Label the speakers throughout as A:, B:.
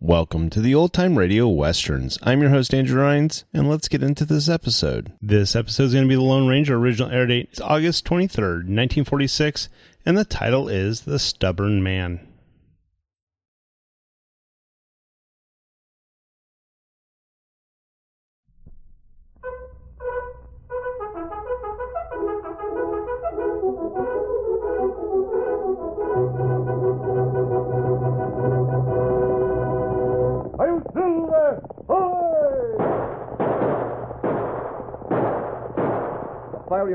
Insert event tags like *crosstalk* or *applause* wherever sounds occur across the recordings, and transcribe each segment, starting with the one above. A: Welcome to the Old Time Radio Westerns. I'm your host, Andrew Rhines, and let's get into this episode. This episode is going to be The Lone Ranger. Original air date is August 23rd, 1946, and the title is The Stubborn Man.
B: I'm Silver!
C: A fiery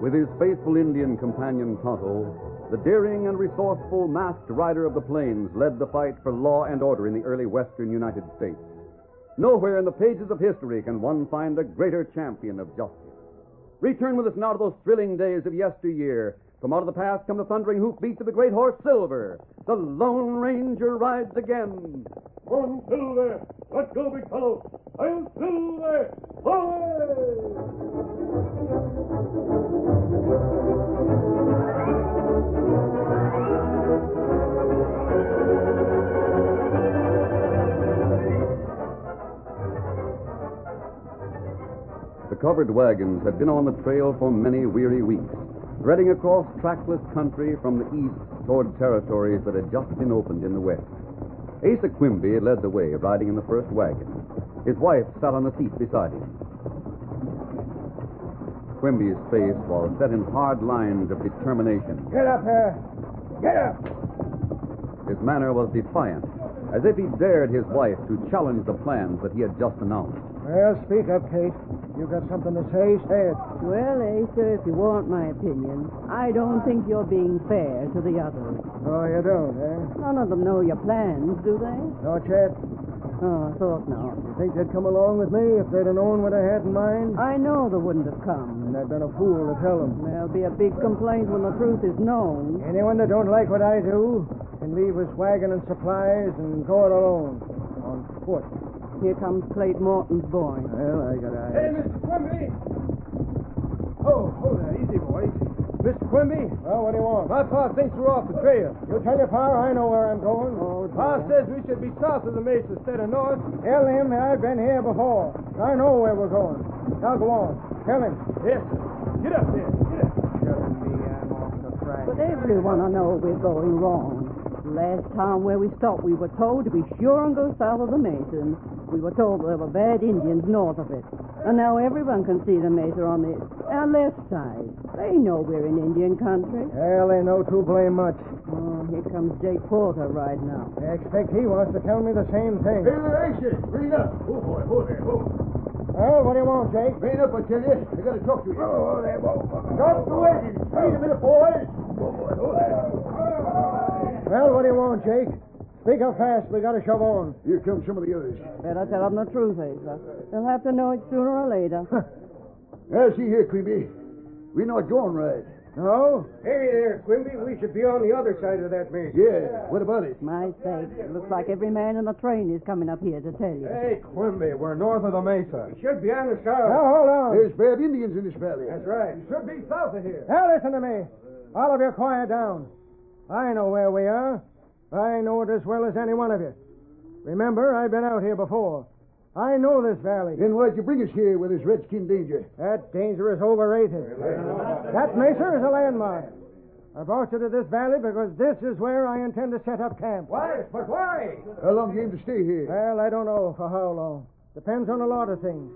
C: With his faithful Indian companion Tonto, the daring and resourceful masked rider of the plains led the fight for law and order in the early western United States. Nowhere in the pages of history can one find a greater champion of justice. Return with us now to those thrilling days of yesteryear. From out of the past come the thundering hoofbeats of the great horse Silver. The Lone Ranger rides again.
B: One Silver! Let's go, big fellow! I'm Silver! Hooray!
C: The covered wagons had been on the trail for many weary weeks, threading across trackless country from the east toward territories that had just been opened in the west. Asa Quimby led the way, riding in the first wagon. His wife sat on the seat beside him. Quimby's face was set in hard lines of determination.
B: Get up
D: Uh,
B: here! Get up!
C: His manner was defiant, as if he dared his wife to challenge the plans that he had just announced.
D: Well, speak up, Kate. You got something to say? Say it.
E: Well, Asa, if you want my opinion, I don't think you're being fair to the others.
D: Oh, you don't, eh?
E: None of them know your plans, do they?
D: No, Chet.
E: Oh, I thought not.
D: You think they'd come along with me if they'd have known what I had in mind?
E: I know they wouldn't have come.
D: And I've been a fool to tell them.
E: There'll be a big complaint when the truth is known.
D: Anyone that don't like what I do can leave his wagon and supplies and go it alone. On foot.
E: Here comes Clayton Morton's boy.
D: Well, I got eyes.
B: Mr. Quimby!
D: Oh, hold that. Easy, boy.
B: Mr. Quimby,
D: Well, what do you want?
B: my pa thinks we're off the trail.
D: You tell your pa I know where I'm going.
E: Oh,
B: Pa
E: dear.
B: says we should be south of the mesa instead of north.
D: Tell him I've been here before. I know where we're going. Now go on. Tell him.
B: Yes, sir. Get up there. Get up.
D: Shouldn't be. I'm off the track.
E: But everyone I know we're going wrong. Last time where we stopped, we were told to be sure and go south of the Mason. We were told there were bad Indians north of it. And now everyone can see the Mesa on the, our left side. They know we're in Indian country.
D: Well, they know too blame much.
E: Oh, here comes Jake Porter right now.
D: I expect he wants to tell me the same thing.
B: Bring up. Oh, boy. Hold there. Hold.
D: Well, what do you want, Jake?
B: Bring up, I tell you. I gotta talk to you. Oh, there, boy. Stop the wagon. Wait a minute, boys. Oh, boy. Hold oh, there.
D: Well, what do you want, Jake? Speak up fast. We gotta shove on.
F: Here come some of the others.
E: Better tell them the truth, Asa. They'll have to know it sooner or *laughs* later.
F: Now, see here, Quimby. We're not going right.
D: No? Hey there, Quimby. We should be on the other side of that maze.
F: Yeah, what about it?
E: My sakes, it looks like every man in the train is coming up here to tell you.
D: Hey, Quimby, we're north of the Mesa. We should be on the south. Now, hold on.
F: There's bad Indians in this valley.
D: That's right. You should be south of here. Now, listen to me. All of you quiet down. I know where we are. I know it as well as any one of you. Remember, I've been out here before. I know this valley.
F: Then why'd you bring us here with this redskin danger?
D: That danger is overrated. That mesa is a landmark. I brought you to this valley because this is where I intend to set up camp. Why? But why?
F: How long you aim to stay here?
D: Well, I don't know for how long. Depends on a lot of things.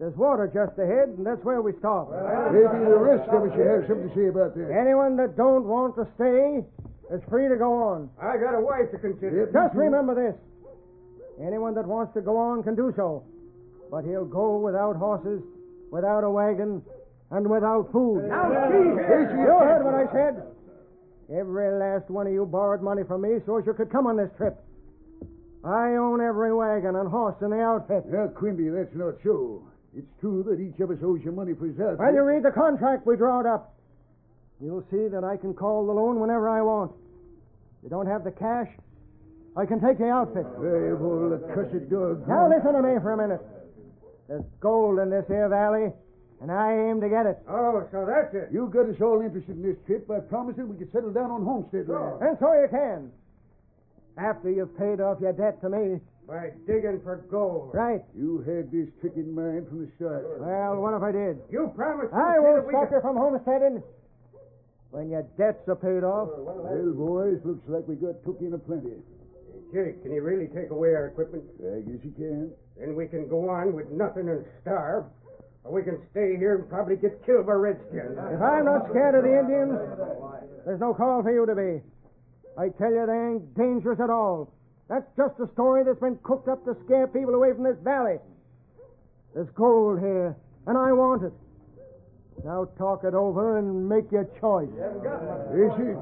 D: There's water just ahead, and that's where we stop.
F: Maybe the rest of us should have something to say about that.
D: Anyone that don't want to stay is free to go on. I got a wife to consider. Just remember this. Anyone that wants to go on can do so. But he'll go without horses, without a wagon, and without food. Now, You heard what I said. Every last one of you borrowed money from me so as you could come on this trip. I own every wagon and horse in the outfit.
F: Now, Quimby, that's not so. It's true that each of us owes you money for his outfit.
D: Well, you read the contract we drawed up. You'll see that I can call the loan whenever I want. You don't have the cash, I can take the outfit.
F: Well, well, the cussed dog.
D: Now listen to me for a minute. There's gold in this here valley, and I aim to get it. Oh, so that's it.
F: You got us all interested in this trip by promising we could settle down on homestead land.
D: And so you can. After you've paid off your debt to me. By digging for gold. Right.
F: You had this trick in mind from the start.
D: Well, what if I did?
G: You promised
D: I won't stop you from homesteading. When your debts are paid off.
F: Well, boys, looks like we got took in a plenty.
G: Jerry, can you really take away our equipment?
F: I guess you can.
G: Then we can go on with nothing and starve. Or we can stay here and probably get killed by redskins.
D: If I'm not scared of the Indians, there's no call for you to be. I tell you, they ain't dangerous at all. That's just a story that's been cooked up to scare people away from this valley. There's gold here, and I want it. Now talk it over and make your choice.
F: Is it?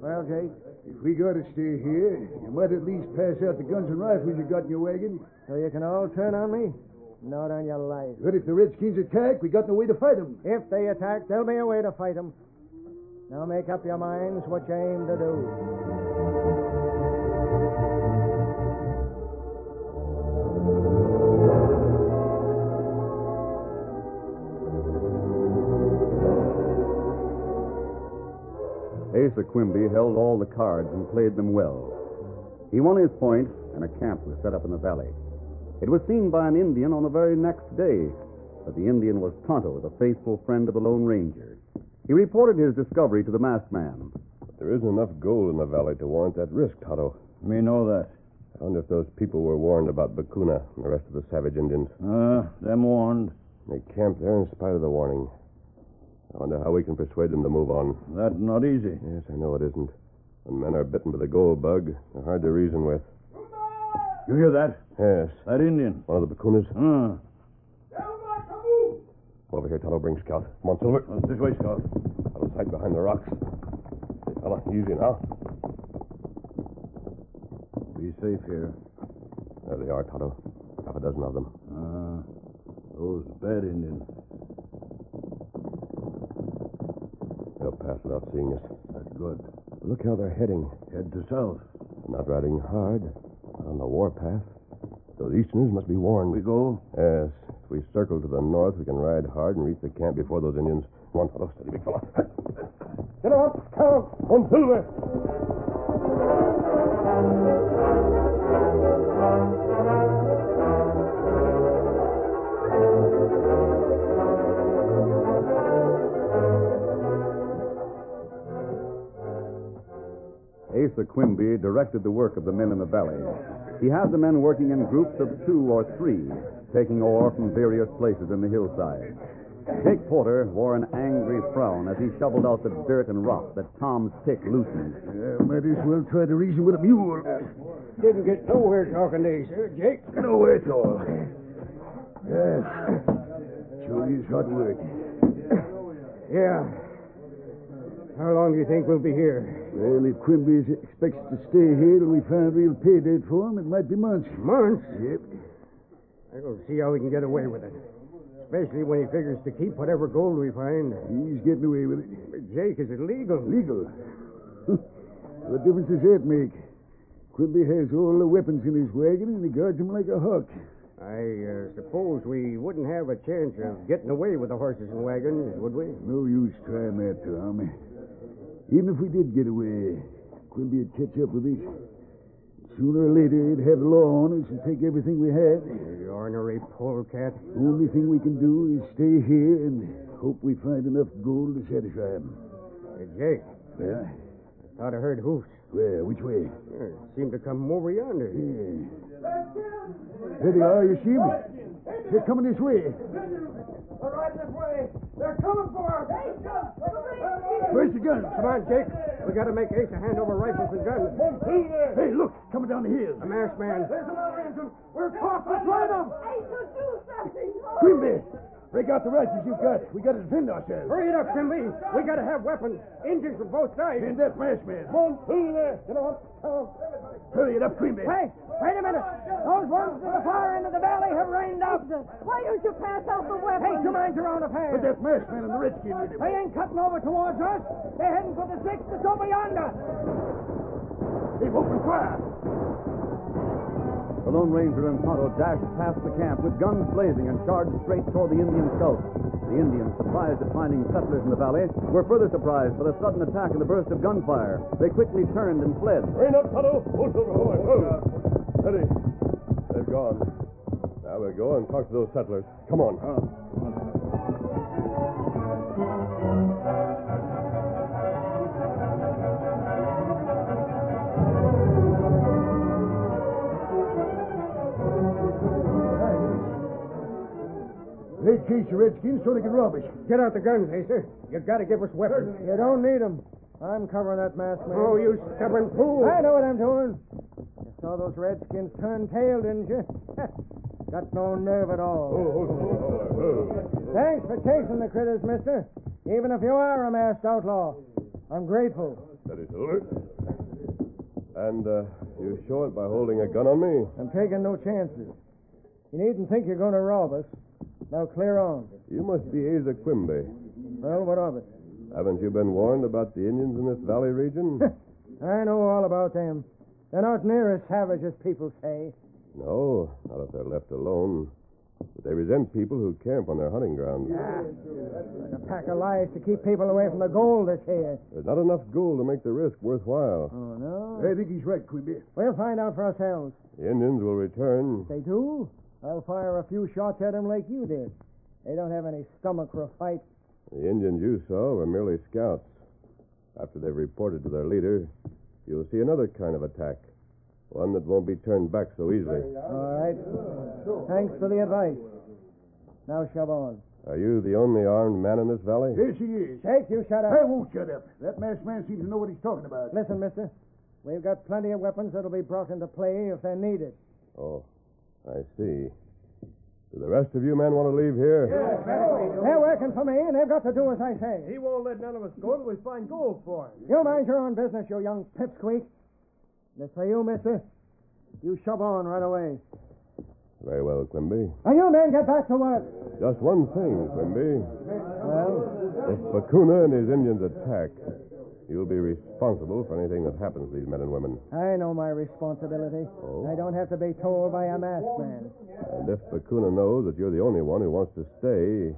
D: Well, Jake,
F: If we got to stay here, you might at least pass out the guns and rifles you got in your wagon.
D: so you can all turn on me? Not on your life.
F: But if the Redskins attack, we got no way to fight 'em.
D: If they attack, there'll be a way to fight them. Now make up your minds what you aim to do.
C: Asa Quimby held all the cards and played them well. He won his point, and a camp was set up in the valley. It was seen by an Indian on the very next day, but the Indian was Tonto, the faithful friend of the Lone Ranger. He reported his discovery to the masked man.
H: There isn't enough gold in the valley to warrant that risk, Tonto.
I: Me know that.
H: I wonder if those people were warned about Bakuna and the rest of the savage Indians.
I: Uh, them warned.
H: They camped there in spite of the warning. I wonder how we can persuade them to move on.
I: That not easy.
H: Yes, I know it isn't. When men are bitten by the gold bug, they're hard to reason with.
I: You hear that?
H: Yes.
I: That Indian.
H: One of the Bakunas.
I: Uh,
H: Over here, Tonto, bring Scout. Come on, Silver.
I: uh, this way, Scout.
H: Out of sight behind the rocks. Hey, fella, easy now.
I: Be safe here.
H: There they are, Tonto. Half a dozen of them.
I: Uh, those bad Indians.
H: They'll pass without seeing us.
I: That's good.
H: Look how they're heading.
I: Head to south.
H: Not riding hard. On the warpath. Those Easterners must be warned.
I: We go.
H: Yes. If we circle to the north, we can ride hard and reach the camp before those Indians. Come on, fellow. Steady, big *laughs* fella.
B: Get up, Scout! On Silver!
C: Asa Quimby directed the work of the men in the valley. He had the men working in groups of two or three, taking ore from various places in the hillside. Jake Porter wore an angry frown as he shoveled out the dirt and rock that Tom's pick loosened.
F: Yeah, might as well try to reason with a mule.
D: Didn't get nowhere talking to you, sir, Jake.
F: No way at all. Yes. Sure is hot work.
D: Yeah. How long do you think we'll be here?
F: Well, if Quimby expects to stay here till we find a real pay date for him, it might be months.
G: Months?
F: Yep.
G: I don't see how he can get away with it. Especially when he figures to keep whatever gold we find.
F: He's getting away with it.
G: But Jake, is it legal?
F: Legal. *laughs* what difference does that make? Quimby has all the weapons in his wagon and he guards them like a hawk.
G: I uh, suppose we wouldn't have a chance of getting away with the horses and wagons, would we?
F: No use trying that, Tom. Even if we did get away, Quimby would catch up with us. Sooner or later, he'd have the law on us and take everything we had.
G: The ornery polecat.
F: Only thing we can do is stay here and hope we find enough gold to satisfy him.
G: Hey, Jake,
F: Yeah?
G: I thought I heard hoofs.
F: Where? Which way?
G: Yeah, it seemed to come over yonder.
F: Yeah. There they are, you see 'em? They're coming this way.
B: They're right this way. They're coming for us.
F: Where's the guns?
G: Come on, Jake. We gotta make Ace hand over rifles and guns.
F: Hey, look, coming down the hill.
G: A masked man.
B: There's another engine. We're caught. Let's ride them.
F: Quimby, break out the rifles you've got. We got to defend ourselves.
G: Hurry it up, Timmy. We gotta have weapons. Engines from both sides.
F: And that masked man.
G: You know what? Oh,
F: Hurry it up, Quimby.
G: Hey, wait a minute. Those ones to the far end of the valley have rained out.
E: Why don't you pass out the
G: Hey,
E: weapon?
G: two minds are on the
F: But
G: path.
F: that masked man and the redskin with him.
G: They ain't cutting over towards us. They're heading for the six that's over yonder.
F: They've opened fire.
C: The Lone Ranger and Tonto dashed past the camp with guns blazing and charged straight toward the Indian scouts. The Indians, surprised at finding settlers in the valley, were further surprised by the sudden attack and the burst of gunfire. They quickly turned and fled.
B: Rain up, fellow. Hold
H: Steady. They've gone. Now we'll go and talk to those settlers. Come on.
F: They chased the redskins so they could rob us.
G: Get out the guns, Acer. You gotta give us weapons.
D: You don't need 'em. I'm covering that masked man.
G: Oh, you stubborn fool.
D: I know what I'm doing. You saw those redskins turn tail, didn't you? *laughs* Got no nerve at
G: Oh.
D: all. Thanks for chasing the critters, mister. Even if you are a masked outlaw, I'm grateful.
H: Steady, Silver. And uh, you show it by holding a gun on me.
D: I'm taking no chances. You needn't think you're going to rob us. Now clear on.
H: You must be Asa Quimby.
D: Well, what of it?
H: Haven't you been warned about the Indians in this valley region?
D: I know all about them. They're not near as savage as people say.
H: no, not if they're left alone. But they resent people who camp on their hunting grounds.
D: A pack of lies to keep people away from the gold that's here.
H: There's not enough gold to make the risk worthwhile.
D: Oh, no?
F: I think he's right, Quimby.
D: We'll find out for ourselves.
H: The Indians will return.
D: If they do, I'll fire a few shots at them like you did. They don't have any stomach for a fight.
H: The Indians you saw were merely scouts. After they've reported to their leader, you'll see another kind of attack. One that won't be turned back so easily.
D: All right. Thanks for the advice. Now shove on.
H: Are you the only armed man in this valley?
F: There she is.
D: Jake, you shut up.
F: I won't shut up. That masked man seems to know what he's talking about.
D: Listen, mister. We've got plenty of weapons that'll be brought into play if they're needed.
H: Oh, I see. Do the rest of you men want to leave here?
D: They're working for me, and they've got to do as I say.
G: He won't let none of us go till we find gold for him.
D: You mind your own business, you young pipsqueak. As for you, mister, you shove on right away.
H: Very well, Quimby.
D: And you men get back to work.
H: Just one thing, Quimby.
D: Well,
H: If Bakuna and his Indians attack, you'll be responsible for anything that happens to these men and women.
D: I know my responsibility.
H: Oh.
D: I don't have to be told by a masked man.
H: And if Bakuna knows that you're the only one who wants to stay,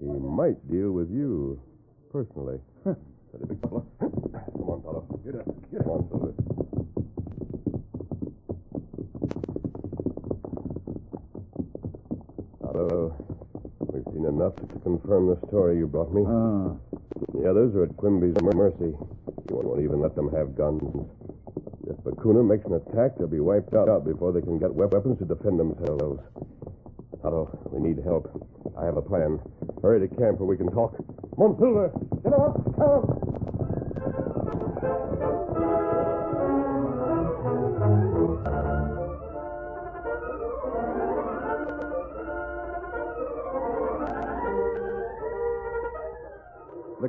H: he might deal with you personally. Steady, big fella. Come on, fellow. Get up. Get up. Come on, Silver. Otto, we've seen enough to confirm the story you brought me.
F: Ah,
H: The others are at Quimby's mer- mercy. You won't- won't even let them have guns. If Bakuna makes an attack, they'll be wiped out, out before they can get we- weapons to defend themselves. Otto, we need help. I have a plan. Hurry to camp where we can talk. Come on, Silver.
G: You know what? Come.
C: The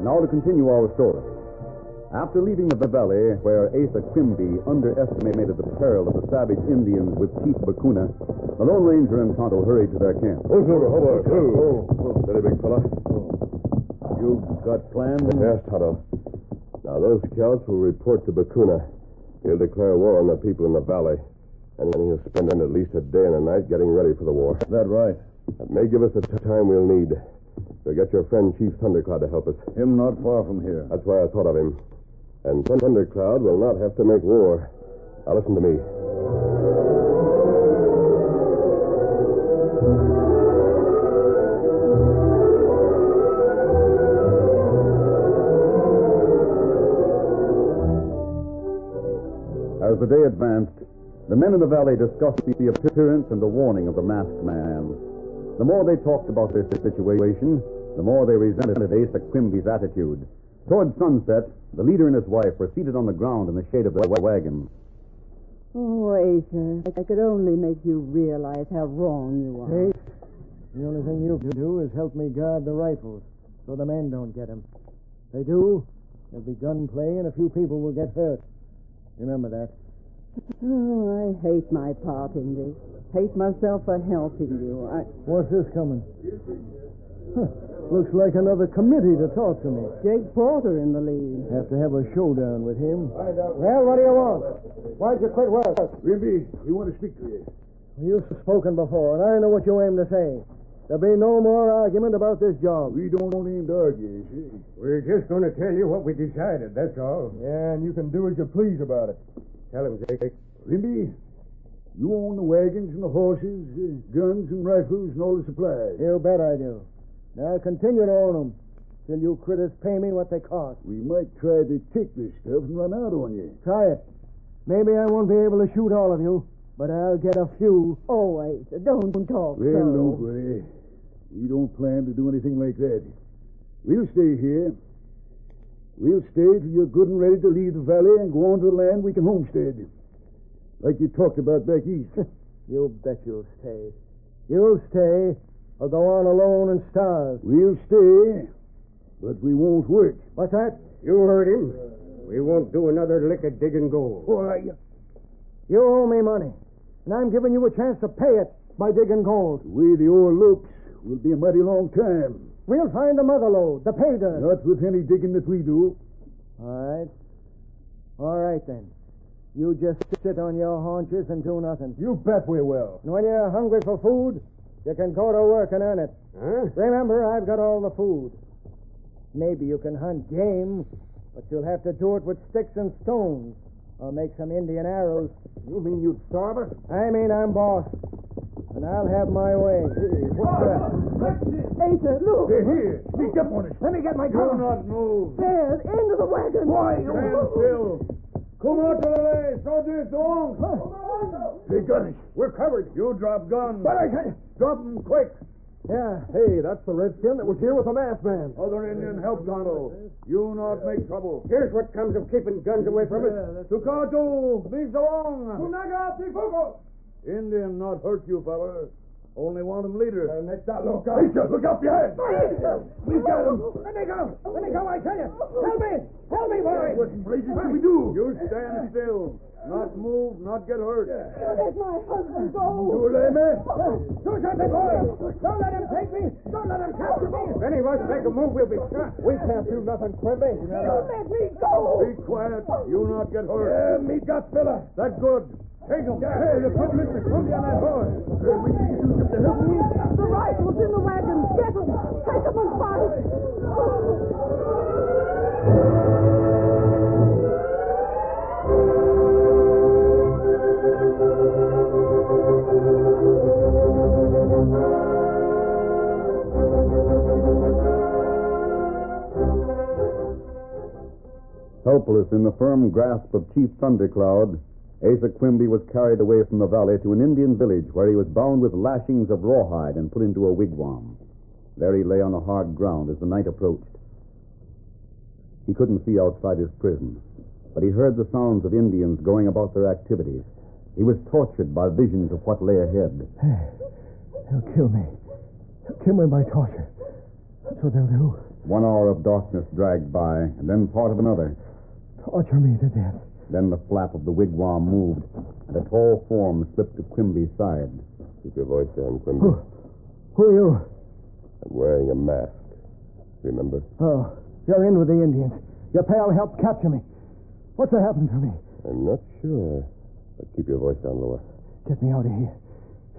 C: Now to continue our story. After leaving the valley where Asa Quimby underestimated the peril of the savage Indians with Chief Bakuna, the Lone Ranger and Tonto hurried to their camp.
H: Oh, sir, how about you?
I: oh.
H: Steady, big fella.
I: You got plans?
H: Yes, Tonto. Now, those scouts will report to Bakuna. He'll declare war on the people in the valley. And then he'll spend at least a day and a night getting ready for the war.
I: That right.
H: That may give us the t- time we'll need. We'll get your friend Chief Thundercloud to help us.
I: Him not far from here.
H: That's why I thought of him. And Thundercloud will not have to make war. Now listen to me.
C: As the day advanced, the men in the valley discussed the appearance and the warning of the masked man. The more they talked about this situation, the more they resented Asa Quimby's attitude. Toward sunset, the leader and his wife were seated on the ground in the shade of the wa- wagon.
E: Oh, Asa, if I could only make you realize how wrong you are.
D: Ace, the only thing you can do is help me guard the rifles so the men don't get 'em. If they do, there'll be gunplay and a few people will get hurt. Remember that.
E: Oh, I hate my part in this. Hate myself for helping you. I
D: What's this coming? Huh, Looks like another committee to talk to me.
E: Jake Porter in the lead.
D: Have to have a showdown with him. Well, what do you want? Why'd you quit work?
I: Quimby, we want to speak to you.
D: You've spoken before, and I know what you aim to say. There'll be no more argument about this job.
I: We don't aim to argue, see?
G: We're just going to tell you what we decided, that's all.
I: Yeah, and you can do as you please about it.
G: Tell him, Jake.
I: Quimby, you own the wagons and the horses, uh, guns and rifles and all the supplies.
D: You bet I do. Now continue to own 'em till you critters pay me what they cost.
I: We might try to take this stuff and run out on you.
D: Try it. Maybe I won't be able to shoot all of you, but I'll get a few.
E: Oh, Asa, don't talk
I: Well,
E: so.
I: nobody. We don't plan to do anything like that. We'll stay here. We'll stay till you're good and ready to leave the valley and go on to the land we can homestead. Like you talked about back east.
D: *laughs* You bet you'll stay. You'll stay or go on alone and starve.
I: we'll stay, but we won't work.
D: What's that?
G: You heard him. We won't do another lick of digging gold.
I: Why,
D: You owe me money, and I'm giving you a chance to pay it by digging gold.
I: the way the ore looks will be a mighty long time.
D: We'll find the mother lode, the pay dirt.
I: Not with any digging that we do.
D: All right. All right, then. You just sit on your haunches and do nothing.
I: You bet we will.
D: And when you're hungry for food, you can go to work and earn it.
G: Huh?
D: Remember, I've got all the food. Maybe you can hunt game, but you'll have to do it with sticks and stones, or make some Indian arrows.
G: You mean you'd starve us?
D: I mean, I'm boss, and I'll have my way.
I: What's that?
E: Asa, look.
I: They're here. Sneak up on us.
D: Let me get my
I: Do not move.
E: There, into the wagon. Why?
I: Come out to the lay. Soldiers, along. They got us. We're covered. You drop guns. But I can Drop them quick.
D: Yeah.
I: Hey, that's the redskin that was here with the masked man. Other Indian help, Tonto. You not make trouble.
G: Here's what comes of keeping guns away from us.
I: Tukato, these along. Indian not hurt you, fella.
J: Only want him later.
E: And next out, look out. Look up your head. We've got him.
K: Let me go. Let me go, I tell you. Help me. Help me, boy.
E: What in blazes do we do?
J: You stand still. Not move, not get hurt.
G: Let my husband
E: You
G: go.
E: lame man.
K: eh? Do something, boy. Don't let him take me. Don't let him capture me. If any of us make a move, we'll be shot. We can't do nothing, Quimby.
G: Let me go.
J: Be quiet. You not get hurt.
E: Yeah, me got fella.
J: That good. Take him.
E: Hey, the footman is coming on that horse. We can use him to help me.
G: The rifle's in the wagon. Get him. Take him and fight.
C: Helpless in the firm grasp of Chief Thundercloud, Asa Quimby was carried away from the valley to an Indian village where he was bound with lashings of rawhide and put into a wigwam. There he lay on the hard ground as the night approached. He couldn't see outside his prison, but he heard the sounds of Indians going about their activities. He was tortured by visions of what lay ahead.
D: They'll kill me. They'll kill me by torture. That's what they'll do.
C: One hour of darkness dragged by, and then part of another.
D: Torture me to death.
C: Then the flap of the wigwam moved, and a tall form slipped to Quimby's side.
H: Keep your voice down, Quimby.
D: Who? Who are you?
H: I'm wearing a mask. Remember?
D: Oh, you're in with the Indians. Your pal helped capture me. What's to happen to me?
H: I'm not sure. But keep your voice down lower.
D: Get me out of here.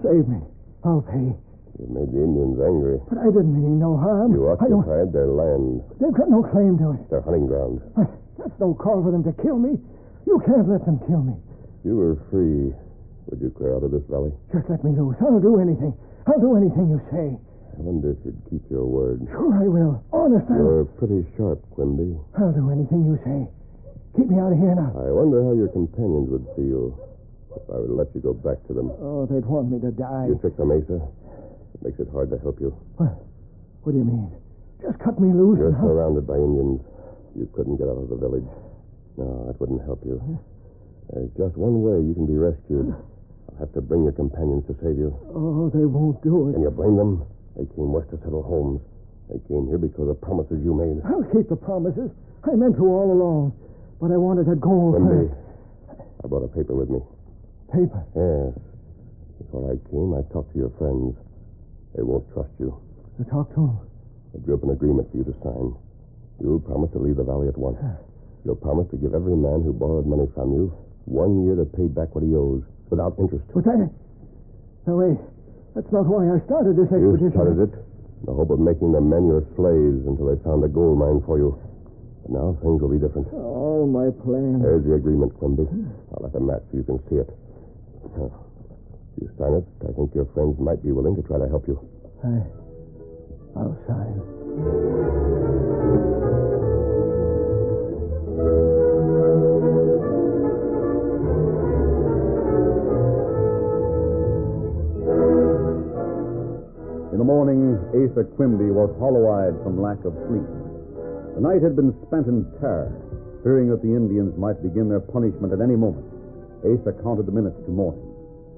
D: Save me. I'll pay.
H: You made the Indians angry.
D: But I didn't mean no harm.
H: You
D: I don't...
H: occupied their land,
D: They've got no claim to it.
H: their hunting ground.
D: But that's no call for them to kill me. You can't let them kill me.
H: If you were free, would you clear out of this valley?
D: Just let me loose. I'll do anything. I'll do anything you say.
H: I wonder if you'd keep your word.
D: Sure I will. Honest, I'll...
H: You're pretty sharp, Quimby.
D: I'll do anything you say. Keep me out of here now.
H: I wonder how your companions would feel if I were to let you go back to them.
D: Oh, they'd want me to die.
H: You tricked the Mesa. It makes it hard to help you.
D: What do you mean? Just cut me loose.
H: You're
D: and I'll-
H: surrounded by Indians. You couldn't get out of the village. No, that wouldn't help you. There's just one way you can be rescued. I'll have to bring your companions to save you.
D: Oh, they won't do it.
H: Can you blame them? They came west to settle homes. They came here because of promises you made.
D: I'll keep the promises. I meant to all along. But I wanted that gold
H: Quimby,
D: first.
H: I brought a paper with me.
D: Paper.
H: Yes. Before I came, I talked to your friends. They won't trust you.
D: To talk to him.
H: I drew up an agreement for you to sign. You'll promise to leave the valley at
E: *sighs*
H: once. You'll promise to give every man who borrowed money from you one year to pay back what he owes without interest.
D: But that... Now, wait. That's not why I started this
H: You
D: expedition.
H: started it in the hope of making the men your slaves until they found a gold mine for you. But now things will be different.
E: Oh.
D: All my plans.
H: There's the agreement, Quimby.
E: Hmm.
H: I'll have a map so you can see it. Huh. If you sign it, I think your friends might be willing to try to help you.
D: I... I'll sign.
C: In the morning, Asa Quimby was hollow eyed from lack of sleep. The night had been spent in terror, fearing that the Indians might begin their punishment at any moment. Asa counted the minutes to morning.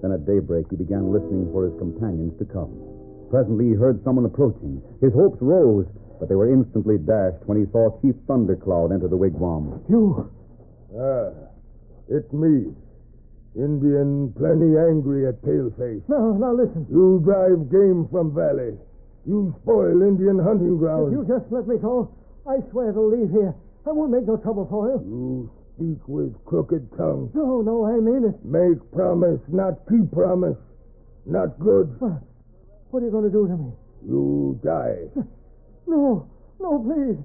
C: Then at daybreak, he began listening for his companions to come. Presently, he heard someone approaching. His hopes rose, but they were instantly dashed when he saw Chief Thundercloud enter the wigwam.
D: You...
E: Ah, it's me. Indian plenty angry at Paleface.
D: Now, now, listen.
E: You drive game from valley. You spoil Indian hunting
D: If you
E: ground.
D: just let me go, I swear to leave here. I won't make no trouble for you.
E: You speak with crooked tongue.
D: No, no, I mean it.
E: Make promise, not keep promise. Not good.
D: What are you going to do to me?
E: You die.
D: No, no, please.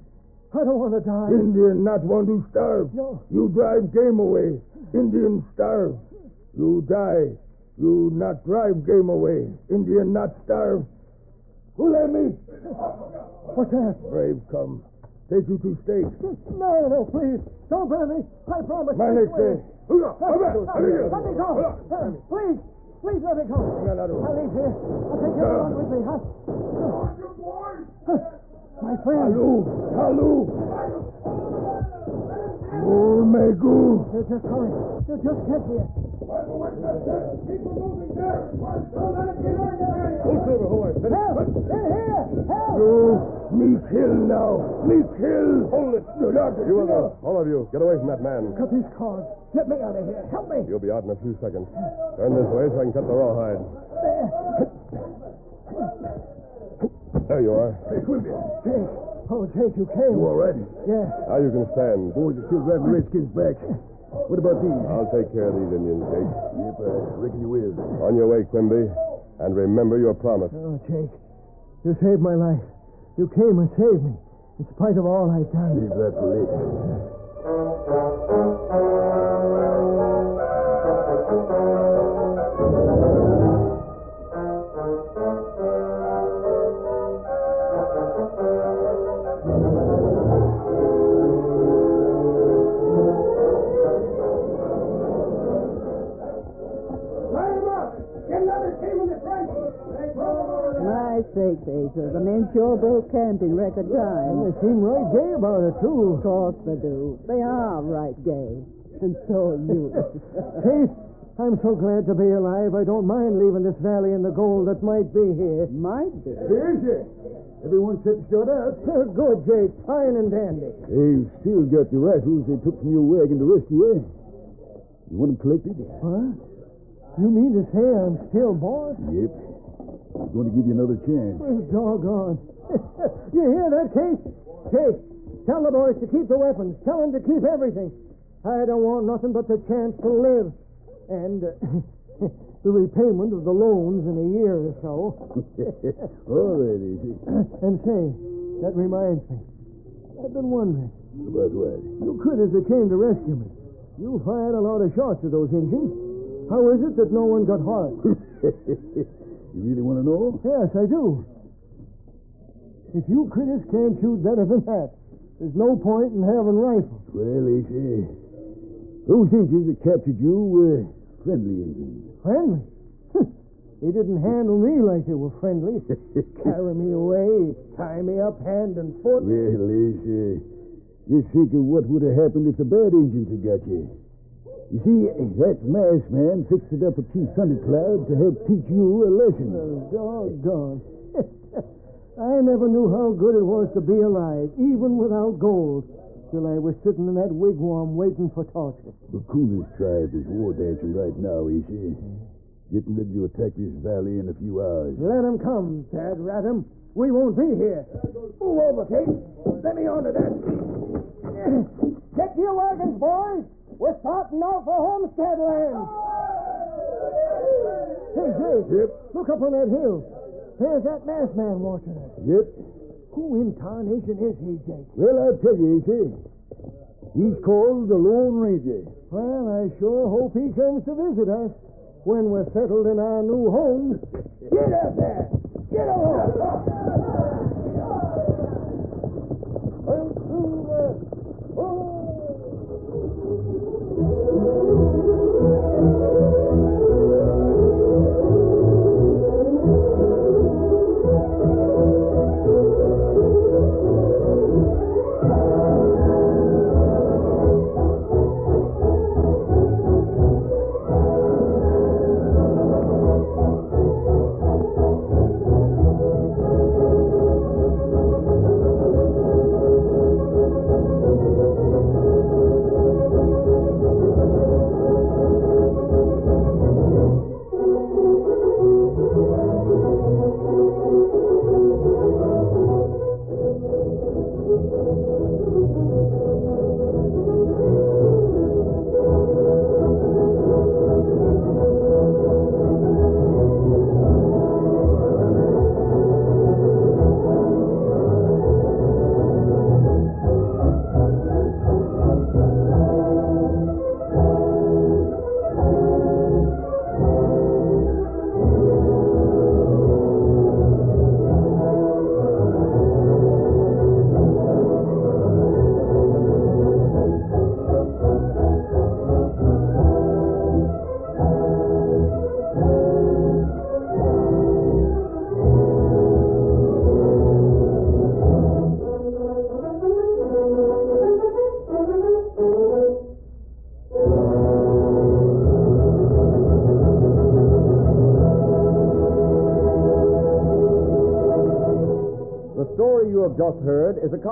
D: I don't want to die.
E: Indian not want to starve.
D: No.
E: You drive game away. Indian starve. You die. You not drive game away. Indian not starve. Who let me?
D: What's that?
E: Brave come. Take you to stake.
D: No, no, please. Don't burn me. I promise.
E: My
D: I
E: next
D: swear.
E: day. Who ya? Come back.
D: Let me go. Uh, Please, please let me go.
E: on, Otto.
D: I'll leave here. I'll take everyone with me. Huh? My friend,
E: Hello. Hello. Oh, my God.
D: they'll just hurry. They'll just get here.
L: Who's over horse? Help! In here! Help!
H: No, me kill now. Me kill. Hold it. No, doctor.
M: You will not. All of you, get away from that man.
D: Cut these cords. Let me out of here. Help me.
M: You'll be out in a few seconds. Turn this way so I can cut the rawhide.
D: There.
M: There you are.
H: Hey, Quimby.
D: Jake. Oh, Jake, you came.
H: You all right?
D: Yes.
M: Now you can stand.
H: Boys are still grabbing Redskins back. What about these?
M: I'll take care of these Indians, Jake.
H: Yep, I reckon you will.
M: On your way, Quimby. And remember your promise.
D: Oh, Jake. You saved my life. You came and saved me, in spite of all I've done.
H: Leave that for later.
G: Line them up! Get another team in the trenches! They brought them over there.
E: My sakes, Asa, the men sure broke camp in record
D: And
E: time.
D: they seem right gay about it,
E: Of
D: too.
E: course they do. They are right gay. And so are
D: *laughs*
E: you.
D: Kate, I'm so glad to be alive. I don't mind leaving this valley and the gold that might be here.
E: Might be.
H: Here's you. Everyone's set and shut out.
D: Good, Jake. Fine and dandy.
H: They've still got the rifles they took from your wagon to rescue you. You want them collected?
D: What? You mean to say I'm still boss?
H: Yep. I'm going to give you another chance. *laughs*
D: Well, Oh, doggone. *laughs* you hear that, Kate? Jake, tell the boys to keep the weapons. Tell them to keep everything. I don't want nothing but the chance to live. And uh, *laughs* the repayment of the loans in a year or so.
H: All right, easy.
D: and say, that reminds me. I've been wondering.
H: About what?
D: You critters that came to rescue me. You fired a lot of shots at those engines. How is it that no one got hurt?
H: *laughs* *laughs* you really want to know?
D: Yes, I do. If you critters can't shoot better than that, there's no point in having rifles.
H: Well, easy. Those engines that captured you were friendly engines. *laughs*
D: Friendly? *laughs* they didn't handle me like they were friendly. Carry me away, tie me up hand and foot.
H: well, easy. Just think of what would have happened if the bad engines had got you. You see, that masked man fixed it up with Chief Thundercloud to help teach you a lesson.
D: Oh, doggone. *laughs* I never knew how good it was to be alive, even without gold, till I was sitting in that wigwam waiting for torture.
H: Bakuna's tribe is war dancing right now, Ishi. Getting ready to attack this valley in a few hours.
D: Let 'em come, Tad Rattum. We won't be here.
G: Move over, Kate. Let me onto that.
D: Get your wagons, boys. We're starting out for Homestead land. Hey, Jake.
H: Yep.
D: Look up on that hill. There's that masked man watching us.
H: Yep.
D: Who in tarnation is he, Jake?
H: Well, I'll tell you, Ishi. He's called the Lone Ranger.
D: Well, I sure hope he comes to visit us when we're settled in our new homes.
G: Get up there! Get over!
D: I'll do that.
G: uh,
H: Well,
C: just heard is a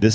A: This